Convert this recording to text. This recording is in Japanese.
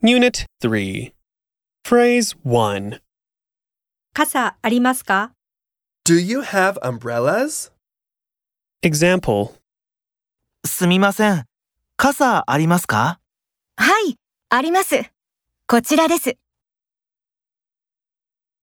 Unit 3. Phrase 1. 傘ありますか Do you have umbrellas? Example. すみません。傘ありますかはい、あります。こちらです。